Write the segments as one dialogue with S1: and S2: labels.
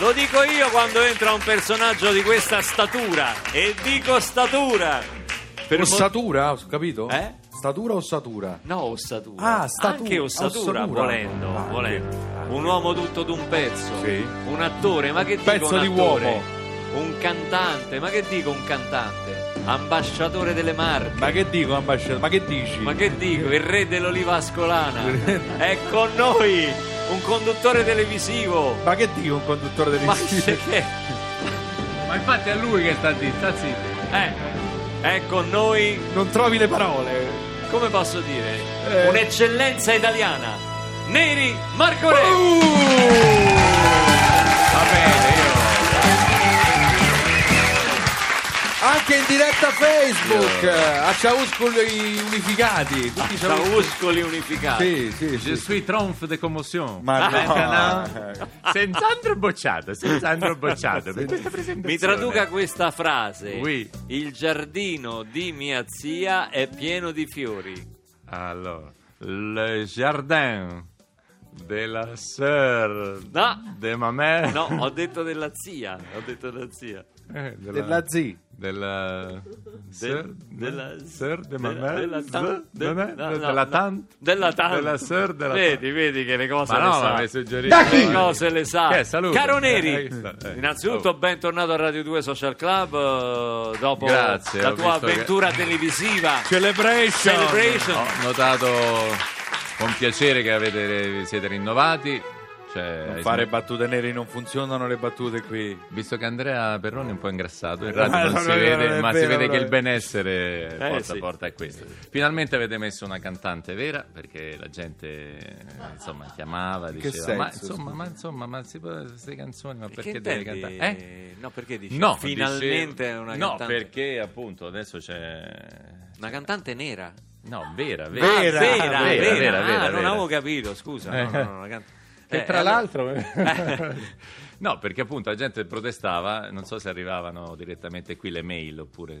S1: Lo dico io quando entra un personaggio di questa statura. E dico statura. Per
S2: Per
S1: mo-
S2: ossatura, ho capito?
S1: Eh?
S2: Statura o ossatura?
S1: No, ossatura.
S2: Ah, statu-
S1: Anche ossatura,
S2: ossatura.
S1: volendo,
S2: Ah,
S1: volendo.
S2: anche.
S1: Un uomo tutto d'un pezzo.
S2: Sì.
S1: Un attore, ma che dico
S2: Pezzo
S1: un
S2: di
S1: attore?
S2: uomo.
S1: Un cantante, ma che dico un cantante? Ambasciatore delle Marche.
S2: Ma che dico, ambasciatore? Ma che dici?
S1: Ma che dico, il re dell'oliva ascolana è con noi, un conduttore televisivo.
S2: Ma che dico un conduttore
S1: Ma
S2: televisivo?
S1: che...
S3: Ma infatti è lui che sta zitto, sta zitto.
S1: Eh, è con noi,
S2: Non trovi le parole.
S1: come posso dire,
S2: Eh.
S1: un'eccellenza italiana. Neri Marco Re.
S3: Uh!
S2: Va bene, Anche in diretta Facebook, a Ciauscoli unificati. Tutti Ciauscoli-
S1: Sauscoli unificati.
S2: Sì, sì, sì.
S3: Je suis trompe de commotion.
S2: Ma
S1: Ah, eh,
S2: no. Eh,
S3: Senz'altro bocciato, senz'altro bocciato. per questa presentazione.
S1: Mi traduca questa frase.
S3: Oui.
S1: Il giardino di mia zia è pieno di fiori.
S3: Allora, le jardin de la sœur
S1: No.
S3: de ma mère.
S1: No, ho detto della zia, ho detto della zia.
S3: Eh, della,
S2: Della Z.
S3: Della sœur
S1: della-
S3: sœur de ma
S1: della-
S3: mère.
S1: della tan-
S3: de-
S1: de-
S3: Eh de-
S1: no, no,
S3: della
S1: no.
S3: tante.
S1: Della tante.
S3: Della sœur della tante.
S1: Vedi, vedi che le cose
S3: Ma
S1: le
S3: no,
S1: sa.
S3: ma mi suggerisce.
S2: Da chi?
S1: Le cose le sa.
S3: Che è, saluto.
S1: Caro
S3: Eh,
S1: Neri,
S3: eh, sta- eh.
S1: innanzitutto
S3: Oh.
S1: bentornato a Radio 2 Social Club eh, dopo
S3: Grazie,
S1: la
S3: ho
S1: tua
S3: visto che-
S1: avventura televisiva.
S2: Celebration.
S1: Celebration.
S3: Ho notato con piacere che avete, siete rinnovati. Cioè,
S1: Eh,
S2: Non
S3: hai
S2: fare
S3: sm-
S2: battute neri, non funzionano le battute qui.
S3: Visto che Andrea Perroni è un po' ingrassato, in
S2: No,
S3: radio
S2: Eh, no,
S3: non si
S2: no, no,
S3: vede,
S2: non è
S3: ma si
S2: vero,
S3: vede
S2: no. Eh,
S3: che il benessere porta,
S1: sì.
S3: porta a questo. Finalmente avete messo una cantante vera, perché la gente eh, insomma chiamava,
S2: che
S3: diceva, ma,
S2: senso,
S3: insomma, ma insomma, ma si può- queste canzoni, ma perché
S1: Che
S3: devi
S1: intendi?
S3: cantare? Eh?
S1: No, perché dici
S3: No,
S1: finalmente è
S3: dicevo-
S1: una
S3: No,
S1: cantante.
S3: perché appunto adesso c'è...
S1: Una cantante nera.
S3: No, vera, Eh, vera.
S1: Ah, vera,
S2: vera,
S3: vera,
S1: ah,
S3: vera,
S1: non
S3: vera.
S1: avevo capito, scusa. No, no, no, una can-
S3: Che
S1: Eh,
S3: tra
S1: allora-
S3: l'altro... no, perché appunto la gente protestava, non so se arrivavano direttamente qui le mail oppure...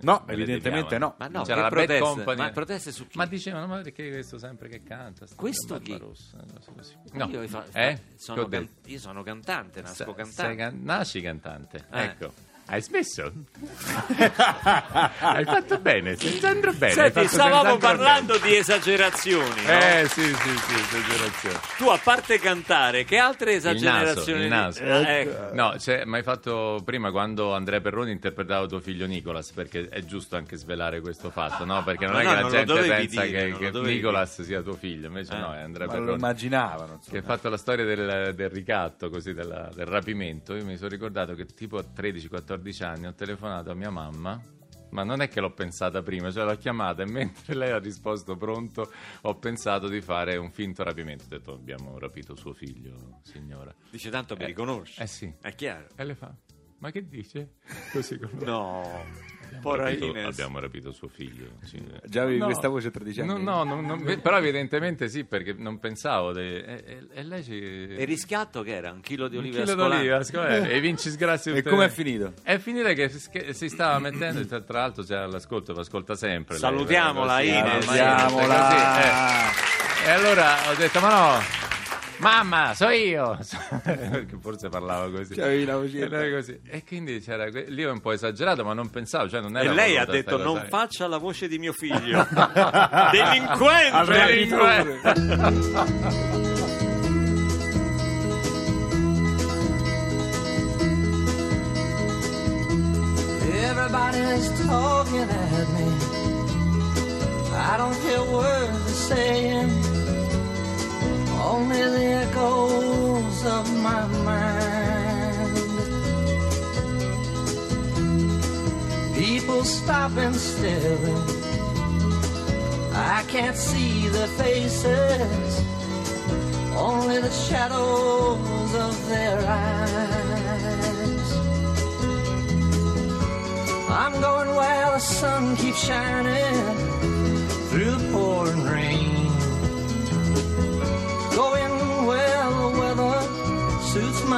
S2: No,
S3: me le
S2: evidentemente
S3: deviavano.
S2: no.
S1: Ma no, che
S3: C'era la Bad
S1: proteste?
S3: Company.
S1: Ma proteste su chi?
S3: Ma dicevano, ma perché questo sempre che canta? sta
S1: Questo
S3: Barbarossa, cose così.
S1: Io, fa- fa-
S3: eh? Che
S1: sono
S3: ho detto?
S1: can- io sono cantante, nasco
S3: Sa-
S1: cantante.
S3: sei can- nasci cantante,
S1: Eh.
S3: ecco. Hai smesso? hai fatto bene, senz'altro bene. hai
S1: Senti,
S3: fatto
S1: stavamo
S3: senz'altro
S1: parlando di esagerazioni. no?
S3: bene. Eh sì, sì, sì, esagerazione.
S1: Tu, a parte cantare, che altre
S3: Il naso,
S1: esagerazioni?
S3: il naso.
S1: Eh, ecco.
S3: No, cioè, ma hai fatto prima quando Andrea Perroni interpretava tuo figlio Nicolas, perché è giusto anche svelare questo fatto, no? Perché non
S1: Ma
S3: è
S1: no,
S3: che la
S1: non lo
S3: gente
S1: dovevi
S3: pensa
S1: dire, non lo
S3: che, che
S1: dovevi
S3: Nicolas sia tuo figlio, invece
S1: Eh.
S3: no, è Andrea
S2: Ma lo
S3: Perroni.
S2: immaginavano.
S3: Che ha
S2: insomma.
S3: fatto la storia del, del ricatto, così della- del rapimento. Io mi sono ricordato che tipo a 13-14 anni ho telefonato a mia mamma. Ma non è che l'ho pensata prima, cioè l'ho chiamata e mentre lei ha risposto pronto ho pensato di fare un finto rapimento. Ho detto abbiamo rapito suo figlio, signora.
S1: Dice tanto mi
S3: Eh,
S1: riconosci.
S3: eh sì.
S1: È chiaro.
S3: E le fa: Ma che dice? Così con
S1: No.
S3: Abbiamo
S1: Porra
S3: rapito-
S1: Ines.
S3: abbiamo rapito suo figlio. sì.
S2: Già avevi questa voce 13 anni?
S3: No, no, no, no, ve- però evidentemente sì, perché non pensavo. de- E, e- e lei ci.
S1: E il rischiatto che era? Un chilo di
S3: Un
S1: olive
S3: chilo
S1: ascolane?
S3: d'oliva, scuola, e vinci sgrazio.
S2: E com'è finito?
S3: È finita che sch- si stava mettendo, tra, tra l'altro c'era l'ascolto, ascolta sempre. lei, eh,
S1: Salutiamola,
S3: così,
S1: Ines.
S3: ormai,
S2: Salutiamola.
S3: così, eh. E allora ho detto, ma no, mamma, so io. Perché forse parlava così.
S2: C'avevi la vocina.
S3: E, lei così. Cioè, E quindi c'era, que- lì è un po' esagerato, ma non pensavo, cioè non era
S1: E lei ha
S3: voluta sta
S1: detto
S3: cosa".
S1: non faccia la voce di mio figlio. Delinquente!
S3: Al rapitore.
S4: Everybody's talking at me. I don't hear words they're saying. Only the echoes of my mind. People stopping still. I can't see their faces. Only the shadows of their eyes. I'm going where the sun keeps shining through the pouring rain. Going where the weather suits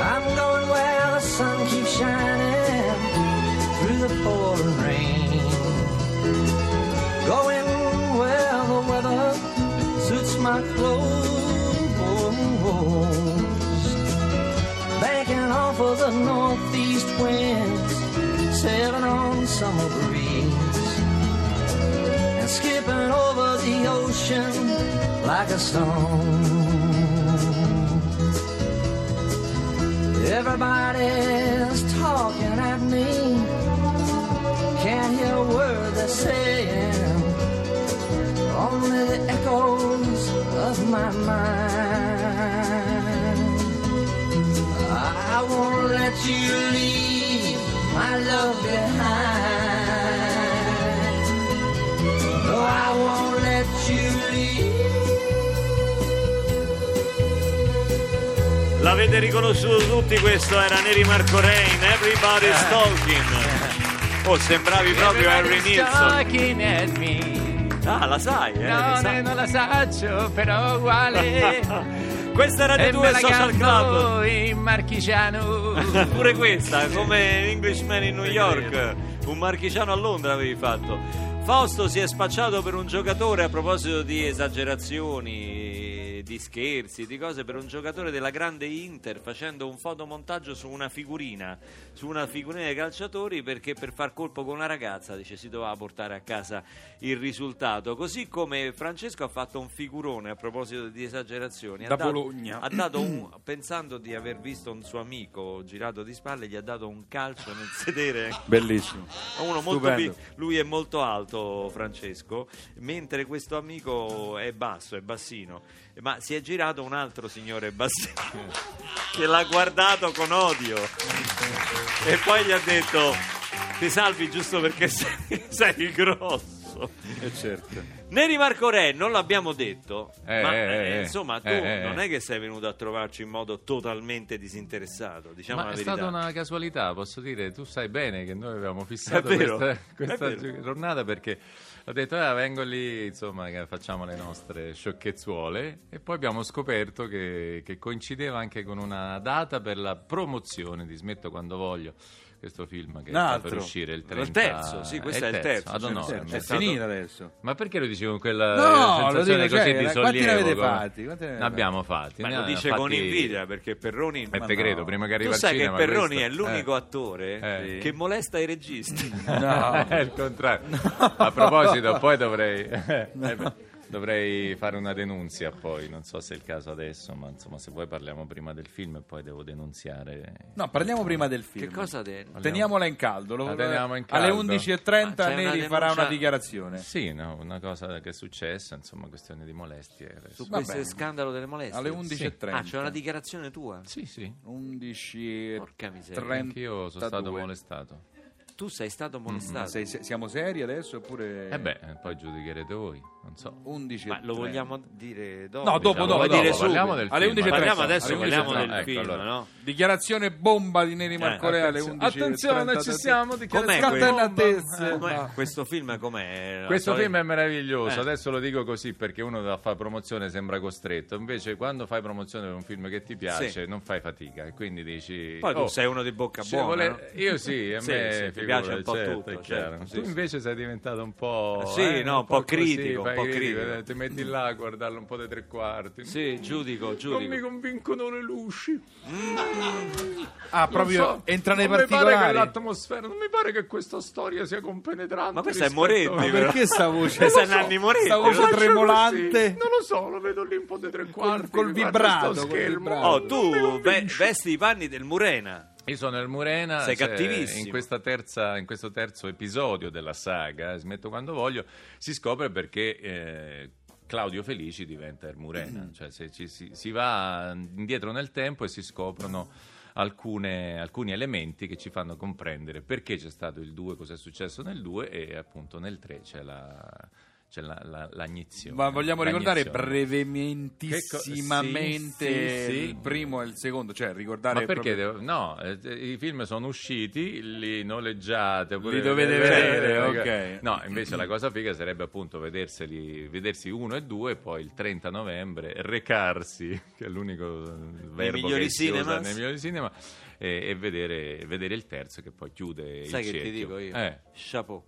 S4: I'm going where the sun keeps shining through the pouring rain. Going where the weather suits my clothes banking off of the northeast winds, sailing on summer breeze, and skipping over the ocean like a stone. Everybody's talking at me, can't hear a word they're saying, only the echoes of my mind. I won't let you leave my love behind. No, I won't let you leave.
S1: L'avete riconosciuto tutti, questo era Neri Marco Rain,
S3: Eh.
S1: Everybody's Talking. Oh, sembravi proprio Harry
S3: Everybody's
S1: Nilsson.
S3: talking at me.
S1: Ah, la sai, eh?
S3: No,
S1: la sai.
S3: ne- non la saccio, però uguale.
S1: Questa era Radio 2 Social Club.
S3: in marchigiano.
S1: Pure questa, come Englishman in New York, un marchigiano a Londra avevi fatto. Fausto si è spacciato per un giocatore a proposito di esagerazioni, di scherzi, di cose per un giocatore della grande Inter facendo un fotomontaggio su una figurina, su una figurina dei calciatori perché per far colpo con una ragazza dice si doveva portare a casa il risultato. Così come Francesco ha fatto un figurone a proposito di esagerazioni.
S2: Da
S1: ha dato-
S2: Bologna.
S1: ha ha dato un, pensando di aver visto un suo amico girato di spalle, gli ha dato un calcio nel sedere. ecco.
S2: Bellissimo.
S1: A Uno molto
S2: Stupendo.
S1: pi- lui è molto alto, Francesco, mentre questo amico è basso, è bassino. Ma si è girato un altro signore bassino che l'ha guardato con odio e poi gli ha detto: Ti salvi giusto perché sei, sei grosso.
S2: E certo.
S1: Neri Marco Re, non l'abbiamo detto,
S3: Eh,
S1: ma
S3: eh,
S1: eh,
S3: eh.
S1: insomma tu
S3: Eh, eh,
S1: non
S3: eh.
S1: è che sei venuto a trovarci in modo totalmente disinteressato, diciamo
S3: Ma
S1: la
S3: è
S1: verità.
S3: stata una casualità, posso dire, tu sai bene che noi avevamo fissato
S1: È vero,
S3: questa, questa
S1: è vero.
S3: giornata perché ho detto, "Ah, vengo lì, insomma, che facciamo le nostre sciocchezzuole e poi abbiamo scoperto che, che coincideva anche con una data per la promozione di Smetto quando voglio. Questo film che
S2: Un
S3: sta
S2: altro.
S3: per uscire il
S1: Il
S3: 30
S1: terzo, sì, questo è il terzo,
S3: ad
S1: cioè,
S3: honorem.
S1: certo.
S2: è
S1: è stato-
S2: finita adesso.
S3: Ma perché lo dicevo con
S2: No,
S3: quella eh,
S2: lo
S3: sensazione
S2: dico,
S3: così
S2: cioè,
S3: di
S2: quanti
S3: sollievo?
S2: ne avete
S3: come-
S2: fatti? Quanti ne avete
S3: Ne abbiamo fatti.
S1: Ma
S3: ne
S1: lo
S3: abbiamo
S1: dice con
S3: fatti-
S1: invidia perché Perroni...
S3: E
S2: Ma
S3: te
S2: no.
S3: credo, prima che
S1: tu
S3: arriva al
S1: sai che
S3: cinema
S1: Perroni
S3: questo-
S1: è l'unico
S3: Eh.
S1: attore
S3: Eh. Mm.
S1: che molesta i registi.
S2: No.
S3: è il contrario. A proposito, poi dovrei, eh, beh, dovrei fare una denunzia. Poi non so se è il caso adesso, ma insomma, se vuoi parliamo prima del film e poi devo denunziare.
S2: No, parliamo prima del film.
S1: che cosa te...
S2: Teniamola in caldo. lo-
S3: La teniamo in
S2: Alle
S3: caldo.
S2: 11.30
S1: Ma c'è una
S2: Neri farà
S1: denuncia- Eh,
S2: una dichiarazione.
S3: Sì, no, una cosa che è successa, insomma, questione di molestie. adesso.
S1: Su questo
S2: bene.
S1: scandalo delle molestie.
S2: Alle 11.30.
S1: Ah, c'è una dichiarazione tua?
S3: Sì, sì.
S2: 11
S1: Porca miseria.
S3: Anch'io sono stato molestato.
S1: Tu sei
S3: Mm,
S1: stato molestato.
S2: siamo seri adesso oppure
S3: E Eh beh, poi giudicherete voi, non so.
S2: 11
S1: Ma lo vogliamo dire Ah, dopo? Lo
S2: No, dopo,
S3: Diciamo,
S2: dopo,
S1: vuoi
S3: poi
S2: dopo.
S1: dire subito?
S3: Parliamo del
S2: Alle
S3: film,
S2: 11.30.
S1: Parliamo adesso,
S2: Alle
S1: parliamo
S2: 11.30.
S1: del
S3: ecco,
S1: film,
S3: allora.
S1: no?
S2: Dichiarazione bomba di Neri Marcorea alle
S3: Eh,
S2: 11.30.
S3: Attenzione, attenzione, ci siamo.
S1: Com'è
S3: dichiarazione
S2: Scatta
S1: quel-
S2: in attesa.
S1: Com'è- questo film com'è? La
S3: Questo
S1: solita-
S3: film è meraviglioso,
S1: Ecco, Eh.
S3: adesso lo dico così perché uno da fa promozione sembra costretto, invece quando fai promozione per un film che ti piace
S1: Sì.
S3: non fai fatica e quindi dici...
S1: Poi tu
S3: "Oh,
S1: sei uno di bocca
S3: ci
S1: buona.
S3: vole-
S1: no?
S3: Io sì, a
S1: Sì,
S3: me
S1: sì, ti
S3: figura,
S1: piace un po'
S3: certo,
S1: tutto,
S3: è chiaro.
S1: certo, sì,
S3: tu
S1: sì.
S3: invece sei diventato un po'...
S1: Sì,
S3: eh,
S1: no, un po'
S3: così,
S1: critico, un
S3: fai
S1: po'
S3: critico,
S1: critico.
S3: eh, Ti metti là a guardarlo un po' dei tre quarti.
S1: Sì, giudico,
S3: Non mi
S1: giudico.
S3: convincono le luci.
S5: Ah, proprio
S3: Non so,
S5: entra nei
S3: non Mi pare che
S5: particolari.
S3: l'atmosfera, non mi pare che questa storia sia compenetrante.
S1: Ma questa è
S3: rispetto a-
S1: Moretti, però.
S5: Perché sta voce?
S1: Questa è Nanni Moretti.
S5: Sta voce
S1: lo-
S3: Faccio così.
S5: tremolante.
S3: Non lo so, lo vedo lì un po' dei tre quarti.
S5: col
S3: guardo
S5: vibrato,
S3: sto
S5: col
S3: schermo.
S5: vibrato.
S1: Oh,
S3: Non mi
S1: tu ve-
S3: convince.
S1: vesti i panni del Murena.
S3: Io sono il Murena.
S1: Sei
S3: se-
S1: cattivissimo.
S3: In, questa terza, in questo terzo episodio della saga, eh, smetto quando voglio, si scopre perché eh, Claudio Felici diventa il
S2: Mm.
S3: Murena. Cioè, se ci- si, si va indietro nel tempo e si scoprono. alcune- alcuni elementi che ci fanno comprendere perché c'è stato il 2, cosa è successo nel 2 e appunto nel 3 c'è la, c'è la, la- l'agnizione.
S2: Ma vogliamo ricordare
S3: L'agnizione.
S2: brevementissimamente
S3: Che co- sì, sì, sì.
S2: il primo e il secondo, cioè ricordare
S3: Ma perché
S2: proprio-
S3: devo- No, eh, i film sono usciti, li noleggiate. oppure-
S2: Li dovete vedere, ok.
S3: No, invece la cosa figa sarebbe appunto vederseli, vedersi uno e due, e poi il 30 novembre recarsi, che è l'unico eh, verbo
S1: migliori
S3: che si usa
S1: cinemas.
S3: nei migliori cinema, e, e vedere, vedere il terzo che poi chiude
S1: Sai
S3: il
S1: che ti
S3: cerchio.
S1: dico io?
S3: Eh.
S1: Chapeau.